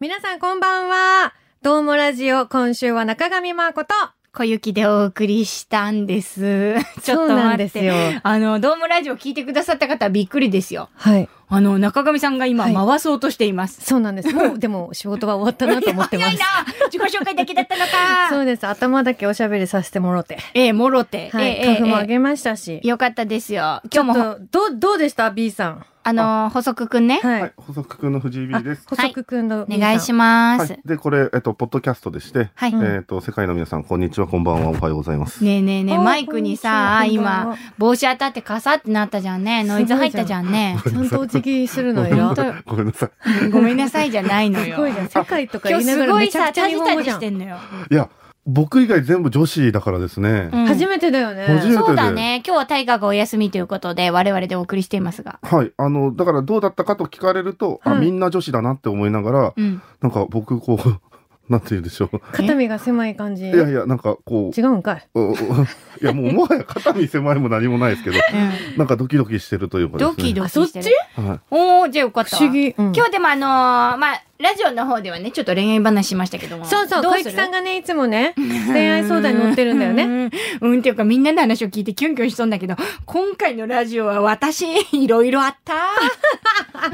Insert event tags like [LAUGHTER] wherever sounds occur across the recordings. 皆さんこんばんは。どうもラジオ、今週は中上真子と。小雪でお送りしたん [LAUGHS] です。ちょっと待って。よ。あの、ドームラジオ聞いてくださった方はびっくりですよ。はい。あの、中上さんが今はい回そうとしています。そうなんです。もう、でも仕事は終わったなと思ってま早いすな。 [LAUGHS] 自己紹介だけだったのそかうです。頭だけおしゃべりさせてもろて。ええ、もろて。はい。ええ花粉もあええげましたし。よかったですよ。今日ちも、ょっと、どう、どうでした ?B さん。あの、補足くんね。ははいい。、細くくんの藤井あ B です。補足くんのお B さん。願いしままはすい。。で、これ、えっと、ポッドキャストでして、はい。うんねえっと、世界の皆さん、こんにちは、こんばんは、おはようございます。えねえねえ、あーマイクにさ、こんにちはこんばん今は、帽子当たってカサってなったじゃんね。ノイズ入ったじゃ [LAUGHS] んね。ちゃんとお辞儀するの本よ当。よ [LAUGHS] ごめん [LAUGHS] なさい。ごめんなさいじゃないのすごいよじ。[LAUGHS] ゃん。世界とか今言日いながすらごめいちゃくさ、ちゃタ日ジ本タ語ジじゃしてん。んのよ。いや、僕以外全部女子だからですね。うん初めてだよ初めね。てでそうだね。今日はタイガーがお休みということで、我々でお送りしていますが。はい。あの、だからどうだったかと聞かれると、はあ、いみんな女子だなって思いながら、うん。なんか僕、こう、 [LAUGHS] なんて言うんでしょう。肩身が狭い感じ。いやいや、なんかこ違うんかい。う、おおいや、もうもはや肩身狭いも何もないですけど、なんかドキドキしてるというかですね。ドキドあキそっしちてる。キ。はい。おおじゃあよかっ不たわ。思議。うん今日でもあのーまあ、ラジオの方ではね、ちょっと恋愛話しましたけども。そうそう、ど小す雪るさんがね、いつも [LAUGHS] ね、恋愛相談に乗ってるんだようね。ん。うん、っていうかみんなの話を聞いてキュンキュンしそうだけど、今回のラジオは私、いろいろあった。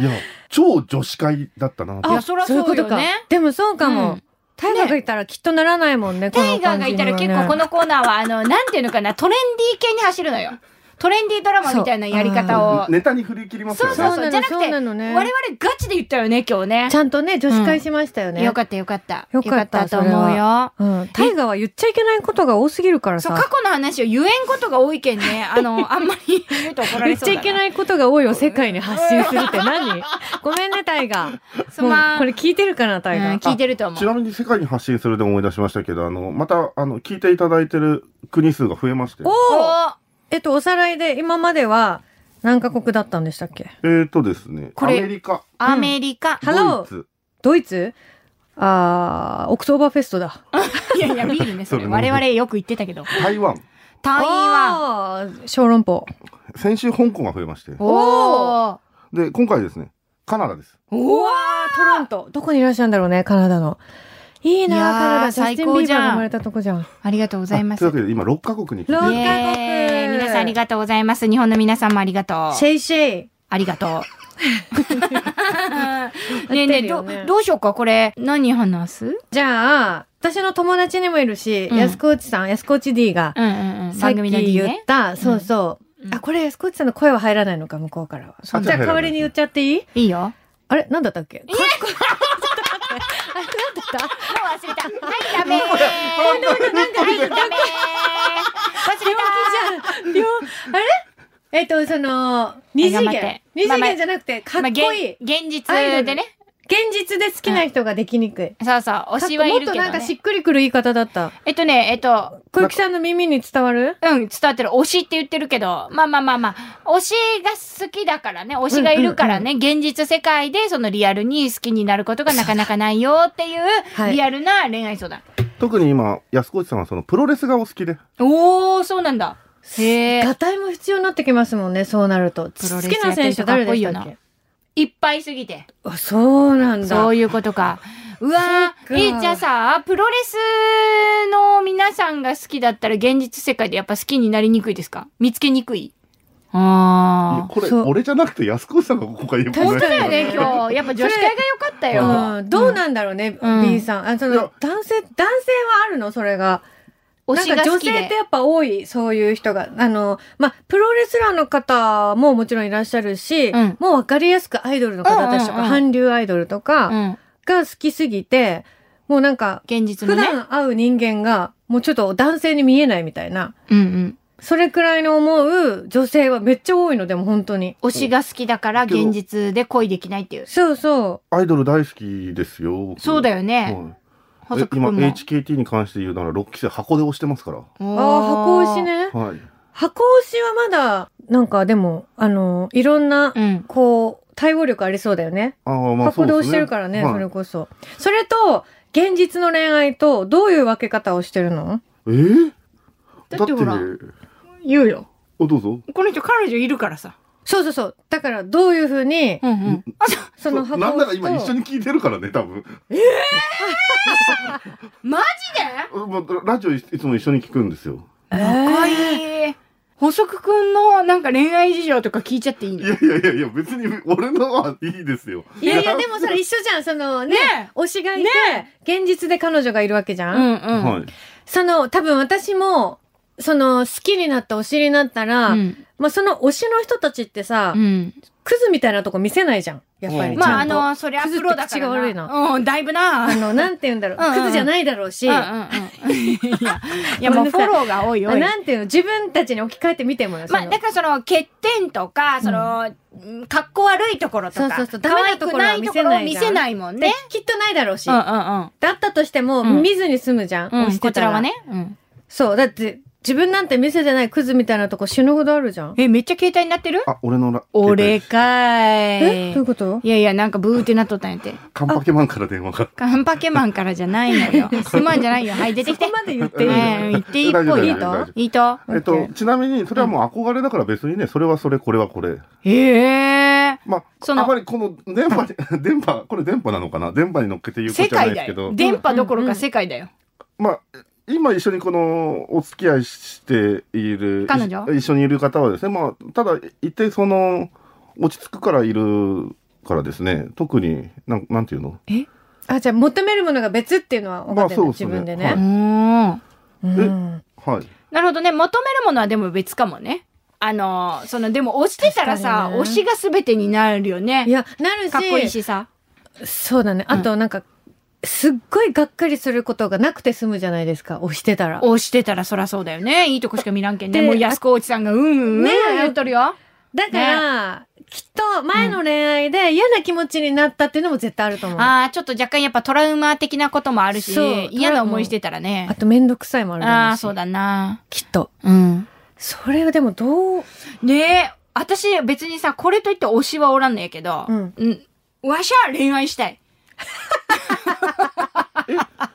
いや、超女子会だったなとあいやそりゃそうよねいか。でもそうかうもん。タイガーがいたらきっとならないもんね、こタイのガー感がじいにたはねら結構このコーナーは、あの、なんていうのかな、トレンディー系に走るのよ。トレンディードラマみたいなやり方を。ネタに振り切りますそようね。そそううそなのう。じゃなくて、そうな我のね々ガチで言ったよね、今日ねち。ゃんとね、女子会しましたよねよ。かったよかった。よかったよと思うそれよ。うん。タイガーは言っちゃいけないことが多すぎるからそう、さ過。去の話を言えんことが多いけん [LAUGHS] ね。あの、あんまり言うと怒ら言れっそちうゃだいけい。ないことが多いを世界に発信するって [LAUGHS] 何ごめんね、タイガー。すもま。うんこれ聞いてるかな、タイうんガー。聞いてると思ちなう。みに世界に発信するで思い出しましたけど、あの、また、あの、聞いていただいてる国数が増えまして。おおおーえっと、おさらいで今までは何カ国だったんでしたっけえーとですね、こアれメリカ、アメリカ。ハロドーイツ、ドイツあー、オクトーバーフェストだ。いやいや、ビールね、それ。そうね我々よく言ってたけど。台湾、台湾。湾小籠包。先週香港が増えまして、おーで、今回ですね、カナダです。うおわーートロント。どこにいらっしゃるんだろうね、カナダの。いいいなやーカナダ。ジャスティン・ビー最高じバーゃんが生まれたとこじゃん。ありがとうございまあす。といイうわけで、今、6カ国に聞いてい六カただ国いてエーイ皆さんありがとうございます。日本の皆さんもありがとシう。ェイシェイ。ありが [LAUGHS] とう。ねえねえ、合どってるよね、どうしようか、これ。何話すじゃあ、私の友達にもいるし、うん安子内さん、安子内 D が、うんうんうん。さっき番組の D 言っね。た、そうそう、うんあ、これ安子内さんの声は入らないのか、向こうからは。じゃそあうじゃあ代わりに言っちゃっていいいいよ。あれなんだったっけかちょっと待ってあれなんだったもう忘れた。はい、ダメー。なんか、はい、ダメー。忘れ両あれ [LAUGHS] えっと、その、二次頑張っ元て。二まあ次まあ。元じゃなくて、かったこいい。まあ現現アイドル実でね。現実で好きな人ができにくい。そうそう、推しはいるけど、もっとなんかしね。っくりくる言い方だった。えっとね、えっと、小雪さんの耳に伝わるうん、伝わってる。推しって言ってるけど、まあまあまあまあ、推しが好きだからね、推しがいるからね、現実世界でそのリアルに好きになることがなかなかないよっていうは、いリアルな恋愛相談。特に今、安子内さんはそのプロレスがお好きで、おー、そうなんだ。へえ。がたいも必要になってきますもんね、そうなると。好プロレスきな選手誰でしたっやってる人かっこいいけいっぱいすぎて。あ、そうなんだ。そういうことか。うわそっーかえ、じゃあさ、プロレスの皆さんが好きだったら現実世界でやっぱ好きになりにくいですか見つけにくいいやああ。これ、そう俺じゃなくて安子内さんがここが言うこと確ない。かにだよね、今日。やっぱ女子会が良かったよ。うん、どうなんだろうね、うん B さん。あ、そいのや、男性、男性はあるのそれが。推しなんがか好女きで。性ってやっぱ多い、そういう人が。あの、まあ、プロレスラーの方ももちろんいらっしゃるし、うんもうわかりやすくアイドルの方たちとか、うんうんうん韓流アイドルとかうん。が好きすぎて、もうなんか、現実普のね。段会う人間が、もうちょっと男性に見えないみたいな。うんうん。それくらいの思う女性はめっちゃ多いの、でも本当に。推しが好きだから現実で恋できないっていう。そうそう。アイドル大好きですよ。僕そうだよね。はい細えく今、も。 HKT に関して言うなら、6期生箱で押してますから。ああ、ああ、箱推し。ね。はい。箱推しはまだ、なんかでも、あの、いろんな、うん。こう、対応力ありそうだよね。ああ、まあ、箱そうでですね。押してるからね、はいそれこそ。それと、現実の恋愛と、どういう分け方をしてるのえーだってほらだって言うよ。おどうぞ。この人彼女いるからさ。そうそうそう。だから、どういうふうに、うんうん。そのそ箱うなんをな押らすと今一緒に聞いてるからね、多分。マもうラジオいつも一緒に聞くんですよ。ジで仲いい。補足くんのなんか恋愛事情とか聞いちゃっていいいのやいやいやいや、別に俺のはい [LAUGHS] いですよ。いやいや、でもそれ一緒じゃん。そのね、ね推しがいて、現実で彼女がいるわけじゃ。うんんはうん。い。その、多分私も、その、好きになった推しになったら、うんまあその推しの人たちってさ、うん。クズみたいなとこ見せないじゃん。やっぱりちゃんと。うんまあ、あの、そりゃプロだからな。クズって口が悪いなうん、だいぶな。あの、なんて言うんだろう。うんうんクズじゃないだろうし、うん [LAUGHS] うんうんいや、いやもうフォローが多いよ。あなんていうの、自分たちに置き換えてみてもよ。そまのあ、だからその、欠点とか、その、うん格好悪いところとか、そうそうそうダ可メ愛なとくころなはい見とせころをない見じゃんせないもんね。きっとないだろうし。うんうんだったとしても、うん見ずに済むじゃん。うん。う押ん、してこちたららはね。うん。そう。だって、自分なんて見せてないクズみたいなとこ死ぬほどあるじゃん。え、めっちゃ携帯になってるあ、俺のラ、俺携かーえいどういう。こといやいや、なんかブーってなっとったんやって。帯カンパケマンから電話が。カンパケマンからじゃないのよ。すまんじゃないよ。はい、出てきて。そこまで言っていいのええ言っていいっぽい。いいいいと大丈夫いいと。えっと、ちなみに、それはもう憧れだから別にね、それはそれ、これはこれ。ええまあ、そのあまりこの電波に、 [LAUGHS] 電波、これ電波なのかな電波に乗っけて言うこと世じゃない界ですだけよ。ど。電波どころうんうんか世界だよ。まあ、今一緒にこの、お付き合いしている、彼女い一緒にいる方はですね、まあ、ただ、一定その、落ち着くからいるからですね、特に、なん、なんていうのあ、じゃあ求めるものが別っていうのは分かってる、まあそうで自すね分でね。はうーいん。うん。はい。なるほどね。求めるものはでも別かもね。あのー、その、でも押してたら確かさ、にね推しが全てになるよいね。や、なるし、かっこいいしさ。そうだね。あと、なんか、すっごいがっかりすることがなくて済むじゃないですか、押してたら。押してたらそらそうだよね。いいとこしか見らんけんね。でもう安子おじさんが、うんうんうん、ねえ言っとるよ。だから、きっと前の恋愛で嫌な気持ちになったっていうのも絶対あると思う。あああ、ちょっと若干やっぱトラウマ的なこともあるしそう、嫌な思いしてたらね。と、めんどくさいもあるだろああー、しそう。だな。きっと。うん。それはでもどう、ねえ、私別にさ、これといって推しはおらんのやけど、うんうん。わしゃ恋愛したい。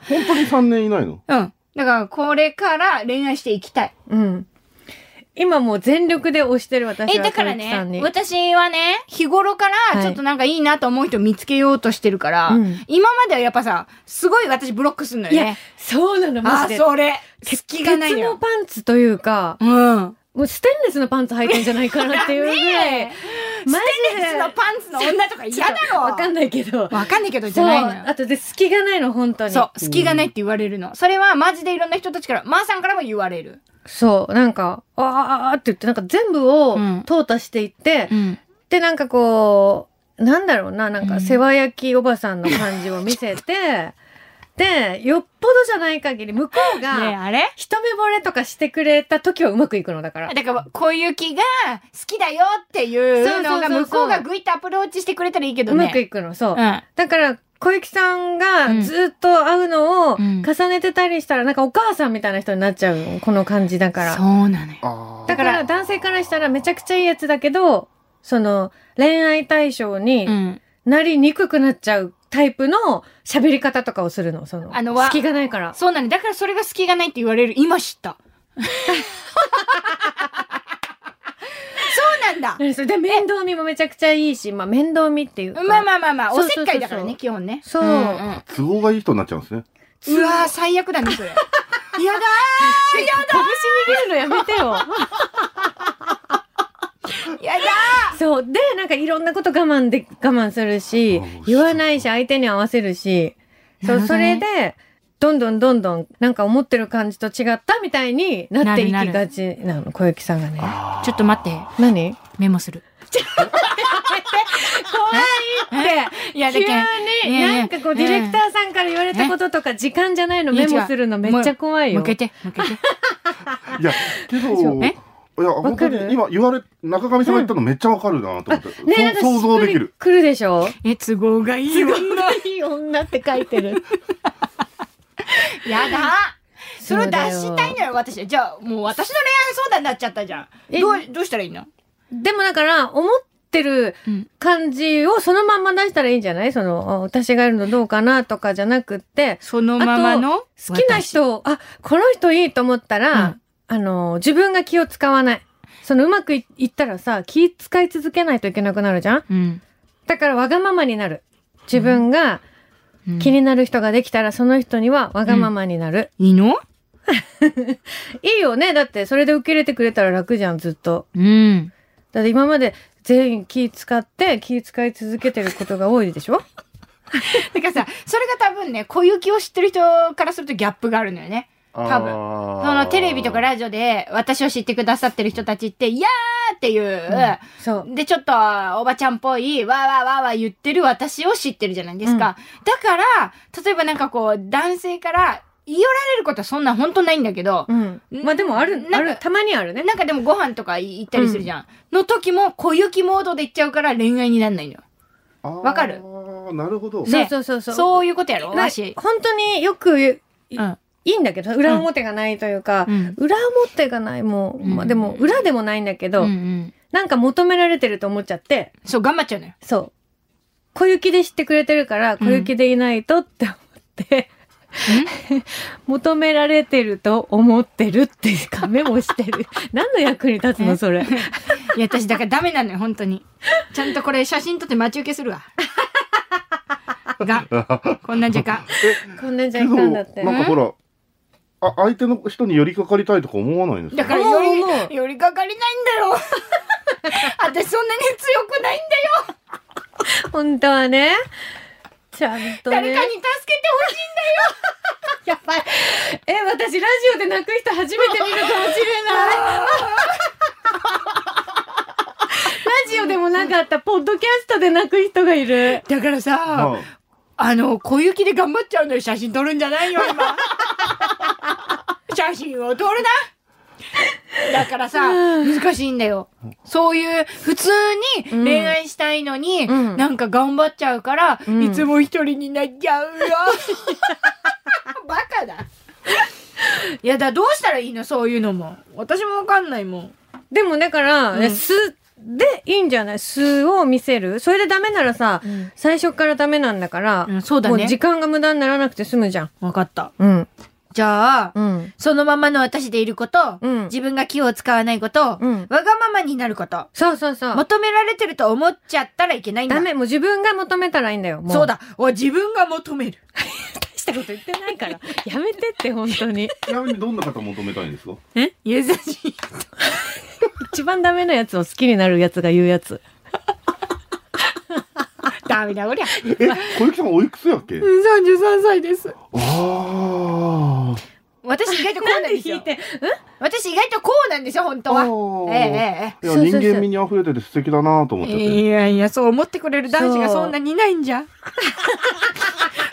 本当に3年いないのうん。だから、これから恋愛していきたい。うん。今もう全力で押してる私は。え、だから小雪さんね、に私はね、日頃かはらいちょっとなんかいいなと思う人見つけようとしてるから、うん今まではやっぱさ、すごい私ブロックすんのよいやね。、そうなの、あマジで。ー、それ、隙がないの鉄のよ。パンツというか、うん。もうステンレスのパンツ履いてんじゃないかなっていうぐら [LAUGHS] い。 [LAUGHS] ねえマスジテンレスのパンツの女とか嫌だろわかんないけど。わかんないけどじそゃう。ないのよあ。とで、隙がないの、本当に。そう、隙がないって言われるの。それはマジでいろんな人たちから、まー、さんからも言われる。そう、なんか、あーあーって言って、なんか全部をうん淘汰していって、ん。で、なんかこう、なんだろうな、なんうんか世話焼きおばさんの感じを見せて、 [LAUGHS] で、よっぽどじゃない限り、向こうねえ、が、あれ一目惚れとかしてくれた時はうまくいくのだから。だから、小雪が好きだよっていうのが、そうそうそうそう向こうがグイッとアプローチしてくれたらいいけどうね。まくいくの、そうう。ん。だから、小雪さんうんがずっと会うのをうん重ねてたりしたら、なんかお母さんみたいな人になっちゃうのこの感じだから。そうなのよ。あーだから男性からしたらめちゃくちゃいいやつだけど、その恋愛対象にうん。なりにくくなっちゃうタイプの喋り方とかをするの、その。あのわ隙がないから。そうなのよ。だからそれが隙がないって言われる。今知 [LAUGHS] った。そうなんだ。何それで、面倒見もめちゃくちゃいいし、まあ面倒見っていうか。まあまあまあまあ、おそうせそっうそうそうかいだからね、基本ね。そうんん都合がいい人になっちゃうんですね。うわー、最悪だね、そ [LAUGHS] れ。やだ拳握るのやめてよ。ー [LAUGHS] やだそう。で、なんかいろんなこと我慢で、我慢するしあ面白い、言わないし、相手に合わせるし、そなるう、ほどそれねで、どんどんどんどん、なんか思ってる感じと違ったみたいになっていきなるなるがちなの、小雪さんがね。ーちょっと待って、何メモする。怖い [LAUGHS] って。いや、だ急けんに、なんかこう、ねデえィレクターさんから言われたこととか、時間じゃないのメモするのめっちゃ怖いよ。向けて、向け [LAUGHS] て。いや、けど、そうえいや、本当わかにる今言われ、中上さんが言ったのめっちゃわかるなと思って、ねえ、なんそか想像できしっる。くりくるでしょえ、都合がいい女。いい女って書いてる。やだそれをそう出だよしたいのよ、私。じゃあ、もう私の恋愛相談になっちゃったじゃん。えどう、どうしたらいいのでもだから、思ってるうん感じをそのまんま出したらいいんじゃないその、あ私がいるのどうかなとかじゃなくって、そのままの好きな人を、あ、この人いいと思ったら、うんあの、自分が気を使わない。そのうまくいいったらさ、気使い続けないといけなくなるじゃんうん。だからわがままになる。自分がうん気になる人ができたら、その人にはわがままになる。いいのいいよねだって、それで受け入れてくれたら楽じゃん、ずっと。うん。だって今まで全員気使って、気使い続けてることが多いでしょだからさ、それが多分ね、小雪を知ってる人からするとギャップがあるのよね。多分分そのテレビとかラジオで私を知ってくださってる人たちって、いやーっていう、そう。で、ちょっとおばちゃんっぽい、わーわーわーわー言ってる私を知ってるじゃないですか。だから、例えばなんかこう、男性から言い寄られることはそんな本当ないんだけどう、ん。まあでもあなんる、かある、たまにあるね。なんかでもご飯とか行ったりするじゃん。の時も小雪モードで行っちゃうから恋愛になんないのよ。わかるああ、なるほど。ねそうそうそうそう。そういうことやろなわし。本当によく言うういん。いいんだけど、裏表がないというか、うん裏表がない、もう、うんまあでも、裏でもないんだけうど、んうん。なんか求められてると思っちゃって、そう、頑張っちゃうのよ。そう。小雪で知ってくれてるから、小雪でいないとって思って、 [LAUGHS] 求められてると思ってるっていうか、メモして [LAUGHS] る。何の役に立つの、そ [LAUGHS] れ。いや、私、だからダメなのよ、本当に。ちゃんとこれ写真撮って待ち受けするわ。が、こんな時間。こんなんじゃけいどかんなだんって。んかほら、あ相手の人に寄りかかりたいとか思わないんですだかから、よもうもうり、よりかかりないんだよ。私、そんなに強くないんだよ。本当はね。ちゃんとね。誰かに助けてほしい。やばい。え、私ラジオで泣く人初めて見るかもしれない。ラジオでもなかった、ポッドキャストで泣く人がいる。だからさ、はいあの、小雪で頑張っちゃうのよ、写真撮るんじゃないよ、 [LAUGHS] 今。写真を撮るなだからさ、難しいんだよ。そういう、普通に恋愛したいのに、うんなんか頑張っちゃうから、うんいつも一人になっちゃ [LAUGHS] うよ。バカだ。いや、だ、どうしたらいいのそういうのも。私もわかんないもん。でもだから、うん素でいいんじゃない素を見せる。それでダメならさ、うん最初からダメなんだから、うんそうだねもう時間が無駄にならなくて済むじゃん。わかった。うん。じゃあ、うん。そのままの私でいること、うん自分が気を使わないこと、うんわがままになること、そうそうそう。求められてると思っちゃったらいけないんだ。ダメ。もう自分が求めたらいいんだよ。もそう。だ。お自分が求める。大したこと言ってないから。 [LAUGHS] やめてって、本当に。ちなみにどんな方求めたいんですか優し [LAUGHS] い。一番ダメなやつを好きになるやつが言うやつ。ダメだ、こりゃ。え、小雪さんおいくつやっけ33歳です。あ私意外とこうなんですよ。て。私意外とこうなんですよ、本当は。おーえええあ。いや、そうそう人そう間味に溢れてて素敵だなと思っええちゃっえ。て。いやいや、そう思ってくれる男子がそうそんなにいないんじゃ。 [LAUGHS]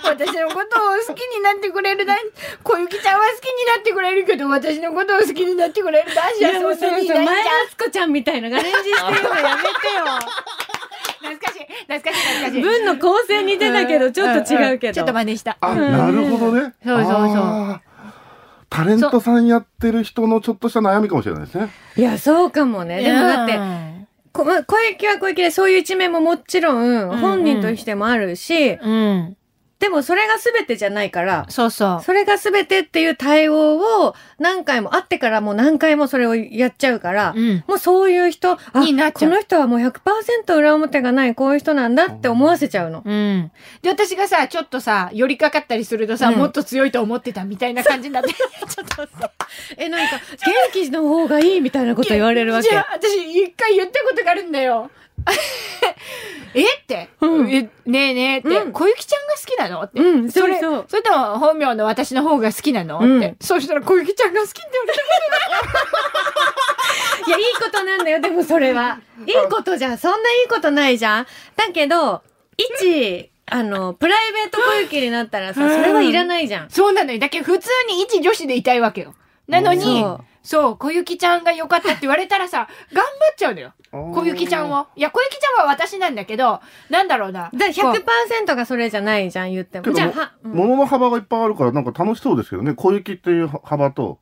私のことを好きになってくれる男子、小雪ちゃんは好きになってくれるけど、私のことを好きになってくれる男い子や、もはうそそんなうにいそう、ない前んじゃ。敦子ちゃんみたいのが連じしてるのやめ懐かしい、懐かしい、懐かしい。て。 [LAUGHS] 文の構成似てたけど、ちょっと違うけど。んんちょっと真似した。あ、なるほどね。そうそうそうあータレントさんやってる人のちょっとした悩みかもしれないですね。いや、そうかもね。でもだって、こまあ小雪は小雪でそういう一面ももちろうんん本人としてもあるし、うん。でもそれが全てじゃないから、そうそう。それが全てっていう対応を何回も、会ってからもう何回もそれをやっちゃうから、うん。もうそういう人、あ、になっちゃこうの人はもう100%裏表がない、こういう人なんだって思わせちゃうの。うん。で、私がさ、ちょっとさ、寄りかかったりするとさ、うんもっと強いと思ってたみたいな感じになって。 [LAUGHS] ちょっとえ、なんか、元気の方がいいみたいなこと言われるわけじ。ゃあ、私、一回言ったことがあるんだよ。 [LAUGHS] えって、うんえねえねえって、うん小雪ちゃんが好きなのって。うんそうれそうそれとも本名の私の方が好きなの、うんって。そうしたら小雪ちゃんが好きって言われた。いや、いいことなんだよ、でもそれ [LAUGHS] は。いいことじゃん。そんないいことないじゃん。だけど、一、あの、プライベート小雪になったらさ、それはいらないじゃん。そうなのよ。だけど普通に一女子でいたいわけよ。なのに、そそうう、小雪ちゃんが良かったって言われたらさ、頑張っちゃうのよ。小雪ちゃんは。を。いや、小雪ちゃんは私なんだけど、なんだろうな。だからこう100%がそれじゃないじゃん、言ってけも。どじゃあ、もは、、うん物の幅がいっぱいあるから、なんか楽しそうですけどね。小雪っていう幅と、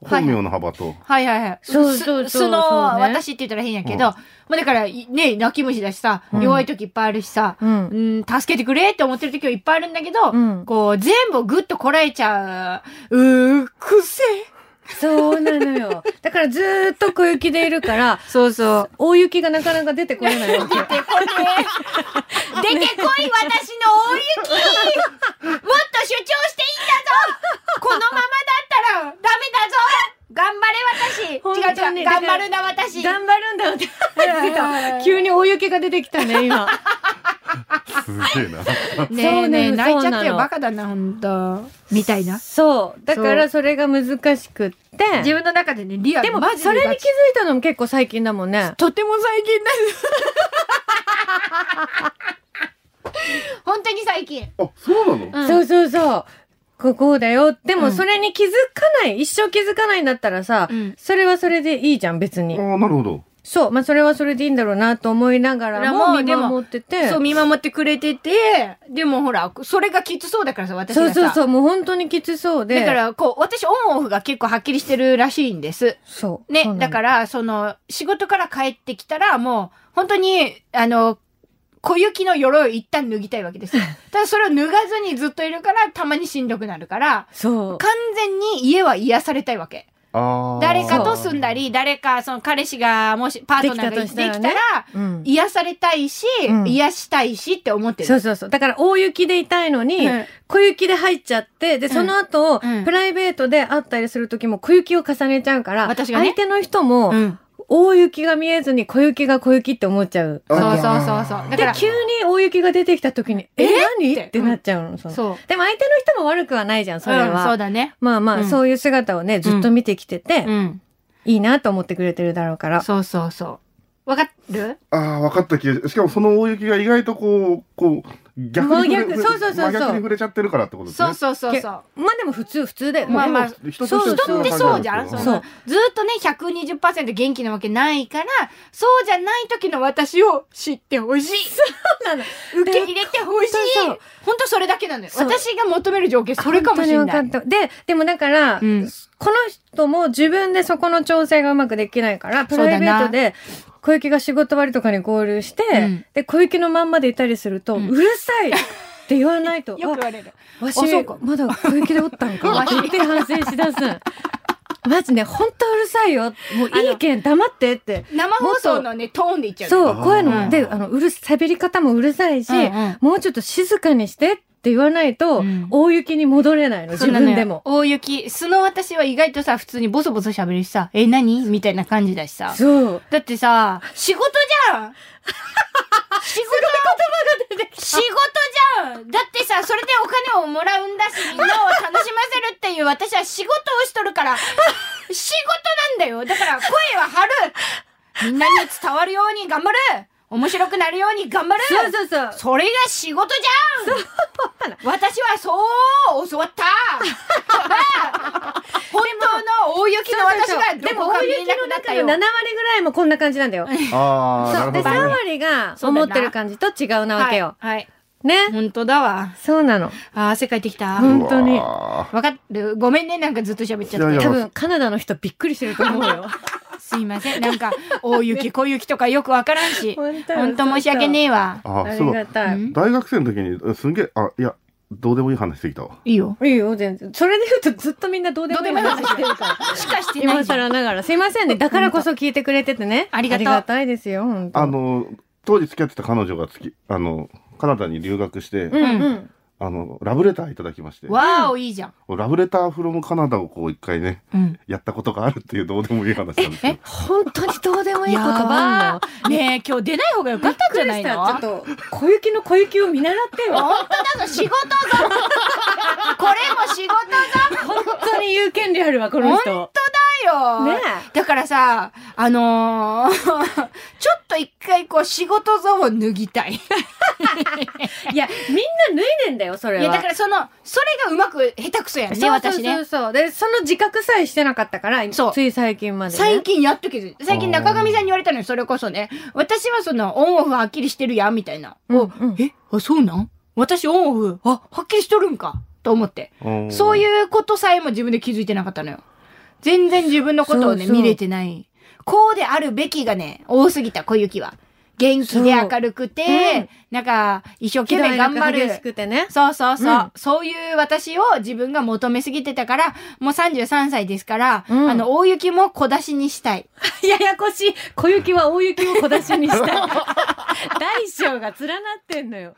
本名の幅と。はいはいはい。そうそうすそう素のそうね私って言ったら変やけど、うんまあだから、いね、泣き虫だしさ、うん弱い時いっぱいあるしさ、う。うんん、助けてくれって思ってる時はいっぱいあるんだけど、うんこう、全部をぐっとこらえちゃう、うー、くせえ。そうなのよ。だからずーっと小雪でいるから、そうそう。大雪がなかなか出てこれないわけ。出てこい出てこい私の大雪もっと主張していいんだぞこのままだったらダメだぞ頑張れ本当私違う違にう頑張るな [LAUGHS] 私頑張るんだよって言ってうんうんうた。ん急に大雪が出てきたね、今。すげえな。ねえねえそうなの泣いちゃっそうてなよのバカだな本当みたいなそう。だからそれが難しくって。自分の中でねリアルでもマ、ジそでれガに気チづいたのも結構最近だもんね。とても最近だ [LAUGHS] 本当に最近あ、そうなのうんそうそうそう。ここだよ。でうもんそれに気づかない、一生気づかないんだったらさ、うんそれはそれでいいじゃん、別に。ああ、なるほど。そう。まあそれはそれでいいんだろうなと思いながらももう見でも守ってて。そう見守ってくれててでもほらそれがきつそうだからさ私がそさうそうそう、もう本当にきつそうで。だか、ら、こう、私、オンオフが結構はっきりしてるらしいんです。そう。、ね。だからら、その、仕事から帰ってきたら、もう、本当に、あの、小雪の鎧を一旦脱ぎたいわけです [LAUGHS] よ。ただ、それを脱がずにずっといるから、たまにしんどくなるから、そう。完全に家は癒されたいわけ。ああ。誰かと住んだり、誰か、その彼氏が、もし、パートナーがででききたたと、らしたらねうん癒されたいし、うん癒したいしって思ってる。そうそうそう。だから大雪でいたいのに、うん小雪で入っちゃって、で、その後、うんプライベートで会ったりする時も小雪を重ねちゃうから、私がね相手の人も、うん。大雪が見えずに小雪が小雪って思っちゃう。そうそうあそうそう。だでから、、急に大雪が出てきた時に、え、何ってなっちゃうの。そのそう。でも相手の人も悪くはないじゃん、それうんそうは。だね。まあまうあ、んそういう姿をね、ずっと見てきててう、ん。いいなと思ってくれてるだろうから。そうそうそう。わかるあー、分かった気がしかもその大雪が意外とこう、こう、逆に触真れ。逆そうそうそうそう真逆に触れちゃってるからってことですそうね。そうそうそう。まあでも普通、普通だよね。まあまあ人そうとして人はってそうじゃんそそんな感じなんですよそのうずーっとね、120%元気なわけないから、そうじゃない時の私を知ってほしい。そうなの。受け入れてほ本しい当そう。本当それだけなのよ。そう私が求める条件、それかもしれ本当ない。に分かった。で、でもだから、うんこの人も自分でそこの調整がうまくできないから、そプうラだなイベートで、小雪が仕事終わりとかに合流して、うんで、小雪のまんまでいたりすると、ううんるさいって言わないと、 [LAUGHS] よく言われる。あわしあそうか、まだ小雪でおったんか [LAUGHS] わっして言って反省しだすん。マジね、ほんとうるさいよ。もういいけん、黙ってって。生放送のね、トーンで言っちゃう。そう、あーこういううのんで、あの、うるさ、喋り方もうるさいし、うんうんもうちょっと静かにしてって言わないと、うん大雪に戻れないの、そ自うなのよ分でも。大雪、素の私は意外とさ、普通にボソボソ喋るしさ、え、何みたいな感じだしさ。そう。だってさ、仕事じゃん仕事仕事じゃんだってさ、それでお金をもらうんだし、みんなを楽しませるっていう私は仕事をしとるから、仕事なんだよだから声は張るみんなに伝わるように頑張る面白くなるように頑張るそうそうそう。それが仕事じゃん私はそう教 [LAUGHS] わった本当の大雪の私がでどもこか大見え雪なのくなった中よの7割ぐらいもこんな感じなんだよ。ああ、なそう。で、るほど3ね。割が思ってる感じと違うなわけよ。はい、はいね。 [LAUGHS] 本当だわ。そうなの。あー、汗かいてきた。うん本当にうわわかるごめんね、なんかずっと喋っちゃっいて。やい多や分、カナダの人びっくりしてると思う [LAUGHS] よ。すいません。なんか、大 [LAUGHS] 雪、小雪とかよくわからんし。本当本当申し訳ねえわ。ーああ、りそうがだ。たうい。ん大学生の時に、すんげえ、あ、いや、どうでもいい話してきたわ。いいよ。いいよ、全然。それで言うとずっとみんなどうでもいい話してる [LAUGHS] から。しかしてない今じゃん。更ながら。すいませんね。だからこそ聞いてくれててね。ありがとうありがたいですよ、本当あ、の、当時付き合ってた彼女が付き、あの、カナダに留学して、うんうん。あの、ラブレターいただきまして、わーお、いいじゃん。ラブレターフロムカナダをこう一回ね、うん。やったことがあるっていうどうでもいい話なんですけど。本当にどうでもいいいことばんやの。ーねえ、今日出ない方がよかったんじゃないのびっくりしたちょっと、小雪の小雪を見習ってよ。本当だぞ、仕事ぞこれも仕事ぞ [LAUGHS] 本当に有権利あるわ、この人。よねだからさ、あのー、 [LAUGHS] ちょっと一回こう、仕事像を脱ぎたい。え。いや、みんな脱いでんだよ、それは。いや、だからその、それがうまく下手くそやね、そうそう私そねう。そう。で、その自覚さえしてなかったから、そうつい最近まで、ね。最近やっとけず、最近中上さんに言われたのよ、それこそね。私はその、オンオフはっきりしてるやん、みたいな。うんおうんえ、あ、そうなん私オンオフ、あ、はっきりしとるんか、と思って。んそういうことさえも自分で気づいてなかったのよ。全然自分のことをそね、うそう見れてない。こうであるべきがね、多すぎた、小雪は。元気で明るくて、なんか、一生喜懸怒命哀頑楽張激るし。くてね。そうそうそうう、んそういう私を自分が求めすぎてたから、もう33歳ですから、うんあの、大雪も小出しにしたい。ややこしい。小雪は大雪を小出しに [LAUGHS] したい。大小が連なってんのよ。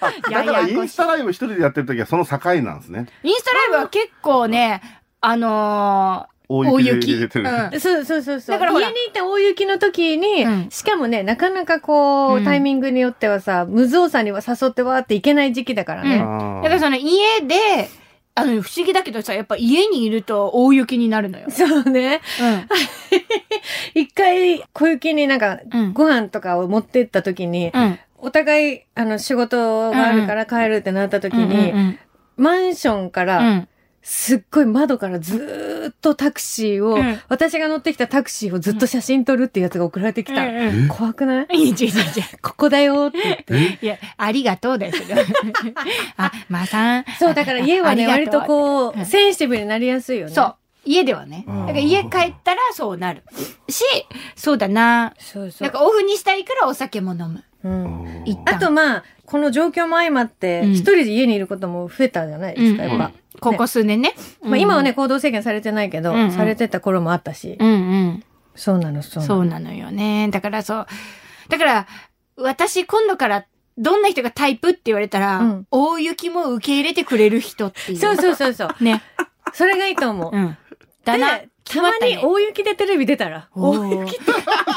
あ [LAUGHS] だからインスタライブ一人でやってる時はその境なんですね。インスタライブは結構ね、あの大雪で入れてる。大雪そうそうそうそう。だからほら家にいた大雪の時に、うんしかもね、なかなかこう、うんタイミングによってはさ、無造作には誘ってわーっていけない時期だからね。うあんー、だからその家で、あの、不思議だけどさ、やっぱ家にいると大雪になるのよ。そうね。一回、小雪になんか、うんご飯とかを持ってった時に、うん。お互い、あの、仕事があるから帰るってなった時うん。に、うん。マンションかうら、ん。すっごい窓からずーっとタクシーを、うん私が乗ってきたタクシーをずっと写真撮るってやつが送られてきた。うんえ怖くないいや、違う違う違う。ここだよって言 [LAUGHS] って。いや、ありがとうだけ [LAUGHS] ど。あ、まあさん。そう、だから家はね、ああ割りがととうこうんう、センシティブになりやすいよね。そう。。家ではね。うだんから家帰ったらそうなる。し、そうだな。そうそなんう。かオフにしたいからお酒も飲む。うんうんいあとまあ、この状況も相まって、うん一人で家にいることも増えたじゃないですか、うんやっぱ。ここ数年ね。まあ今はね、、行動制限されてないけどうんうん、されてた頃もあったしう。んうん。そうなの、そうなその。うなのよね。だからそう。だから、私今度からどんな人がタイプって言われたら、うん大雪も受け入れてくれる人っていう。そうそうそうそう。ね。それがいいと思う。うん。だなで。決たままったにね。大雪でテレビ出たら。おー [LAUGHS]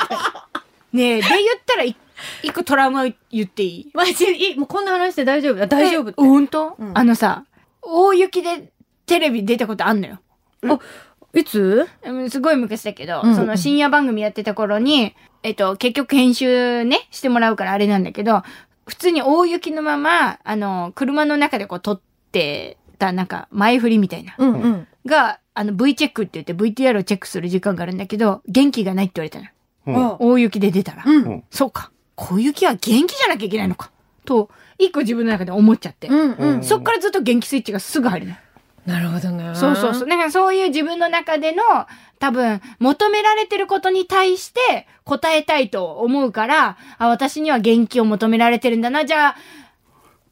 ねえ、で言ったらい一個トラウマ言っていいマジいい、もうこんな話で大丈夫。あ大丈夫っえて。本当、うんあのさ、大雪でテレビ出たことあんのよ。いつうんすごい昔だけど、うんその深夜番組やってた頃に、えっと、結局編集ね、してもらうからあれなんだけど、普通に大雪のまま、あの、車の中でこう撮ってた、なんか、前振りみたいな。うんうん。が、あの、V チェックって言って VTR をチェックする時間があるんだけど、元気がないって言われたの。うん大雪で出たら。ううんん。そうか。小雪は元気じゃなきゃいけないのか。と、一個自分の中で思っちゃって。うんうん。そっからずっと元気スイッチがすぐ入るの。なるほどね。そうそうそう。。だからそういう自分の中での、多分、求められてることに対して答えたいと思うから、あ、私には元気を求められてるんだな、じゃあ、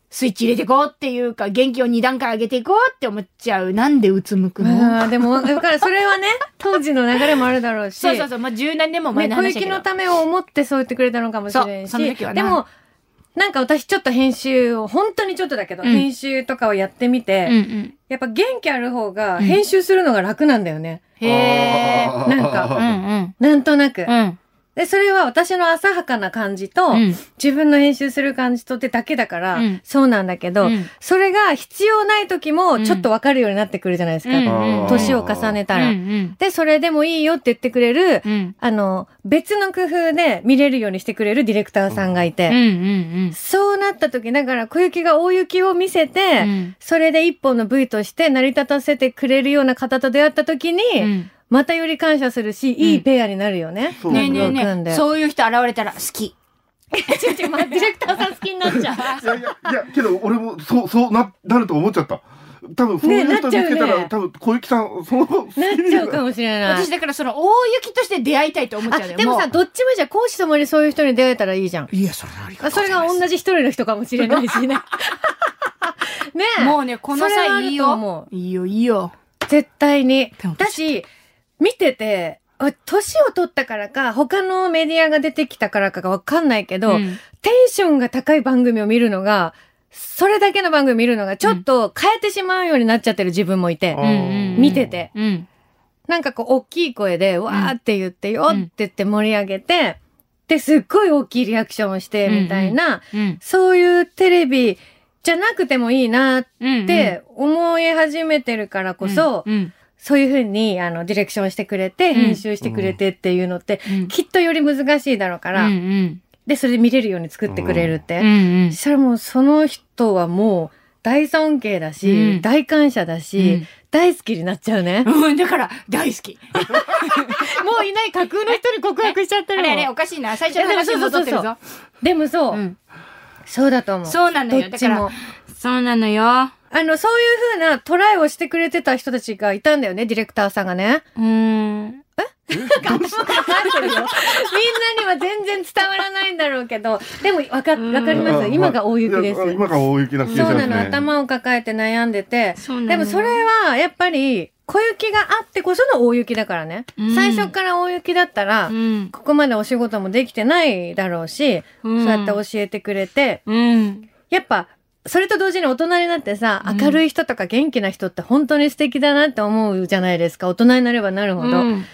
スイッチ入れていこうっていうか、元気を2段階上げていこうって思っちゃう。なんでうつむくのまあでも、だからそれは [LAUGHS] ね、当時の流れもあるだろうし。そうそうそう。まあ、十何年も前ね、の小話だけ雪ど。のためを思ってそう言ってくれたのかもしれんし。そうその時はなでも、なんか私ちょっと編集を、本当にちょっとだけど、うん編集とかをやってみて、うんうん。やっぱ元気ある方がうん編集するのが楽なんだよね。へえ。あーなんかうんうん。なんとなく、うん。で、それは私の浅はかな感じと、うん自分の編集する感じとってだけだから、うんそうなんだけど、うんそれが必要ない時うもんちょっとわかるようになってくるじゃないですか。うんあー年を重ねたら、うんうんで、それでもいいよって言ってくれる、うん。あの、別の工夫で見れるようにしてくれるディレクターさんがいて、うんうんそうなった時、だから小雪が大雪を見せうて、ん。それで一本の V として成り立たせてくれるような方と出会った時に、うん。またより感謝するし、いいペアになるよね。そうねえねえ組んねえ、で [LAUGHS] そういう人現れたら好き。ちょちょ、まあ、ディレクターさん好きになっちゃう。いやいやいやけど俺もそうそうななると思っちゃった多分そういう人見つけねなっちたゃら、うね多分小雪さんその好きなっにちゃうかもしれない [LAUGHS] [LAUGHS] 私。だからその大雪として出会いたいと思っちゃうあ、のよでもさ、うどっちもじゃ、講師ともにそういう人に出会えたらいいじゃん。いや、それはありがとうあそれが同じ一人の人かもしれないしね。 [LAUGHS] ねえ。もうね、こそのれはあ際るいいと思よう。いいよ、いいよ。絶対にでも。だし、見てて、あ年を取ったからか、他のメディアが出てきたからかがわかんないけど、うんテンションが高い番組を見るのが、それだけの番組見るのが、ちょっと変えてしまうようになっちゃってる自分もいてあ、うんー見てて。うん。なんかこう、大きい声で、わーって言って、よって言って盛り上げて、で、すっごい大きいリアクションをして、みたいな、うん。そういうテレビじゃなくてもいいなっうん。て思い始めてるからこそ、うん、そういうふうに、あの、ディレクションしてくれて、ん編集してくれてっていうのって、うん。きっとより難しいだろうから、うんうん。で、それで見れるように作ってくれるって。うんうん。そしたらもう、その人はもう、大尊敬だし、うん大感謝だし、うん大好きになっちゃうね。うん、だから、大好き。もういない架空の人に告白 [LAUGHS] しちゃってあるれもあんれ、おかしいな。最初の話に戻ってるいやぞ。でもそう、うんそうだと思う。そうなのどよ。っだちからも、。そうなのよ。あの、そういうふうなトライをしてくれてた人たちがいたんだよね、ディレクターさんがね。うん。頑張ってるよ。みんなには全然伝わらないんだろうけど、でもわか、わかります。今が大雪です。いや今が大雪な気がしそまうすね。なの、頭を抱えて悩んでて。そうなのでもそれは、やっぱり、小雪があってこその大雪だからね。うん最初から大雪だったら、ん。ここまでお仕事もできてないだろうし、うんそうやって教えてくれて、うん。やっぱ、それと同時に大人になってさうん、明るい人とか元気な人って本当に素敵だなって思うじゃないですか。大人になればなるほど。うん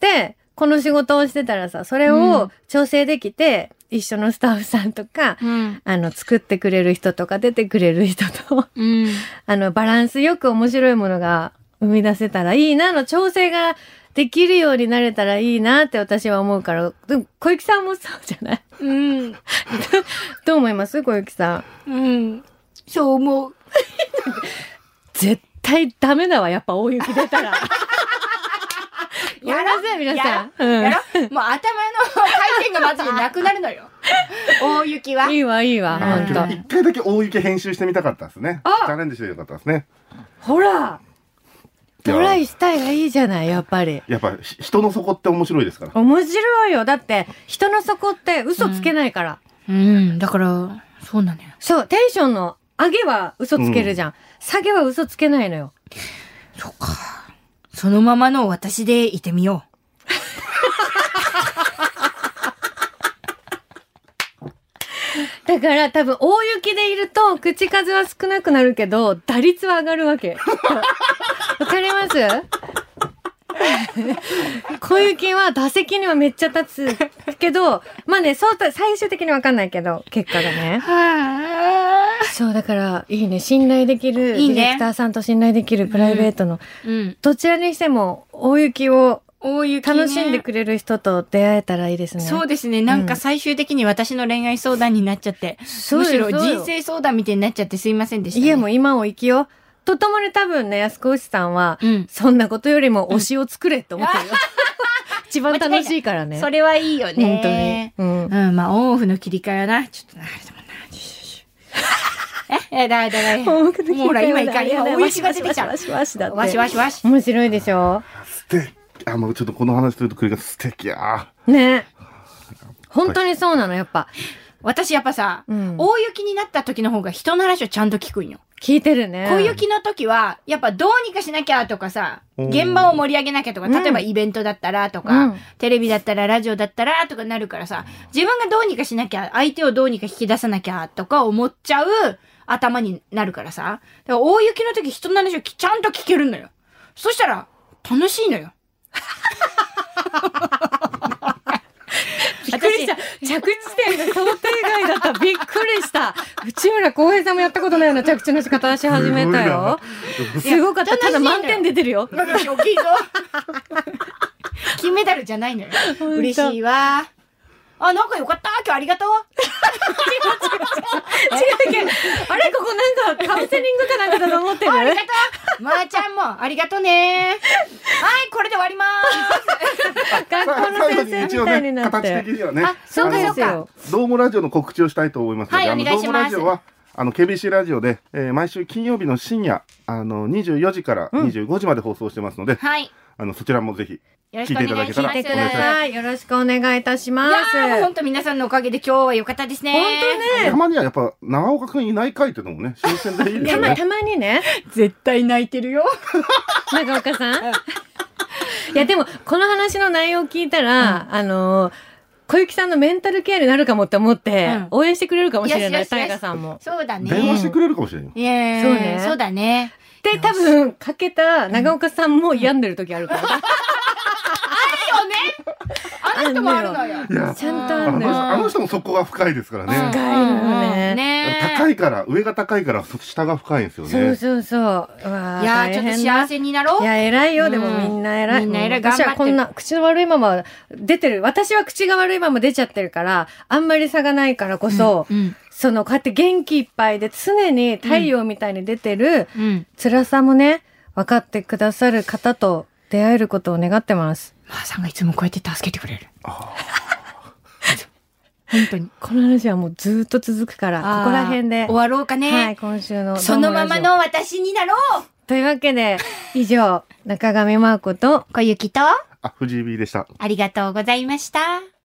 で、この仕事をしてたらさ、それうんを調整できて、一緒のスタッフさんとか、うん。あの、作ってくれる人とか出てくれる人と、 [LAUGHS] うん。あの、バランスよく面白いものが生み出せたらいいなの調整ができるようになれたらいいなって私は思うから、でも小雪さんもそうじゃない [LAUGHS] うん。どう思います小雪さん。うん。そう思う。絶対ダメだわ、やっぱ大雪出 [LAUGHS] たら。やめなさい、皆さん。やろもう頭の回転がまずなくなるの [LAUGHS] よ。大雪はうん。。いいわ、いいわ、うんほんとあけど一回だけ大雪編集してみたかったですね。チあャレンジしてよかったですね。ほらいやトライしたいがいいじゃない、やっぱり。やっぱひ人の底って面白いですから。面白いよ。だって、人の底って嘘つけないから。うん。だから、そうなのよ。そう、テンションの上げは嘘つけるじゃん。下げは嘘つけないのよ。そうか。そのままの私でいてみよう。だから多分大雪でいると口数は少なくなるけど、打率は上がるわ [LAUGHS] け。わかります [LAUGHS] 小雪は打席にはめっちゃ立つけど、まあね、そうた、最終的にわかんないけど、結果がね。はそう、だから、いいね。信頼できる、いいねディレクターさんと信頼できるプライベートの、うん。どちらにしても、大雪を大雪、楽しんでくれる人と出会えたらいいですね。そうですね。なんか最終的に私の恋愛相談になっちゃって。そうむよしろそうよ人生相談みたいになっちゃってすいませんでした、ね。家も今を生きよう。とともに多分ね、安子内さんは、うんそんなことよりも推しを作れって思ってるよ。一番楽しいからね。 [LAUGHS] それはいいよね。本当にうん。まあ、オンオフの切り替えはな。ちょっとな、あれだもんな。え、 [LAUGHS] え、だ、だ、だ。もうほら、今いかん。今、お石が出てきた。わわしわしだって。しわしわし。面白いでしょ素敵。あ、もうちょっとこの話すると繰り返す素敵や。ね。本当にそうなの、やっぱ。私やっぱさ、うん大雪になった時の方が人の話をちゃんと聞くんよ。聞いてるね。小雪の時は、やっぱどうにかしなきゃとかさ、うん現場を盛り上げなきゃとか、うん例えばイベントだったらとか、うんテレビだったらラジオだったらとかなるからさ、自分がどうにかしなきゃ、相手をどうにか引き出さなきゃとか思っちゃう頭になるからさ、だから大雪の時人の話をきちゃんと聞けるのよ。そしたら、楽しい [LAUGHS] のよ。びっくりした。着地点が想定外だった。びっくりした。内村航平さんもやったことないような着地の仕方し始めたよ。すごかった。ただ満点出てるよ。私大きいぞ。金メダルじゃないのよ。当嬉しいわ。あ、なんかよかった。今日ありがとう。違うけど、あれここなんかカウンセリングかなんかだと思ってるありがとう。まー、ちゃんもありがとうね。はい、これで終わりま学校の先生みたいになっ形て。的にはね。あそうかあのそうかなんですよドームラジオの告知をしたいと思いますので、はいあのお願いしますドームラジオは、あの、KBC ラジオで、えー毎週金曜日の深夜、あの、24時から25時まで放送してますので、す。はい。あの、そちらもぜひ、よろ聞しいくおていた願だいけしたまらす。来てくお願だしまさい。よろしくお願いいたします。いやー、もうほんと皆さんのおかげで今日は良かったですね。本当ね。たまにはやっぱ、長岡くんいない回っていうのもね、新鮮でいいです [LAUGHS] たよま、ね。たまにね、絶対泣いてるよ。長岡さん。いや、でも、この話の内容を聞いたら、あのー、小雪さんのメンタルケアになるかもって思って、うん応援してくれるかもしれよしなよい、しよしタイガさんも。そうだね。電話してくれるかもしれんよ。いやそそううねね。そうだね。で、多分、かけた長岡さんも病んでる時あるから。いいよね。あの人もあるのよ。いや、ちゃんとああんのよ。のあの人もそこが深いですからうんね。のねねえ高いから、上が高いから、そ下が深いんですよそうね。そうそう。うわいやー、ちょっと幸せ。せになろうい。や、偉いよ。でもうんみんな偉い。みんな偉いうん私は頑張ってこるんな、口の悪いまま出てる。私は口が悪いまま出ちゃってるから、あんまり差がないからこそ、うん。その、こうやって元気いっぱいで常に太陽みたいに出てるうん。辛さもね、分かってくださる方と出会えることを願ってます。まーさんがいつもこうやって助けてくれる。あ本当に。この話はもうずーっと続くから、ここら辺で。終わろうかはねい、。今週の。そのまま。の私になろうというわけで、以上、中上真亜子と、小雪とーあ、藤井 B でした。ありがとうございました。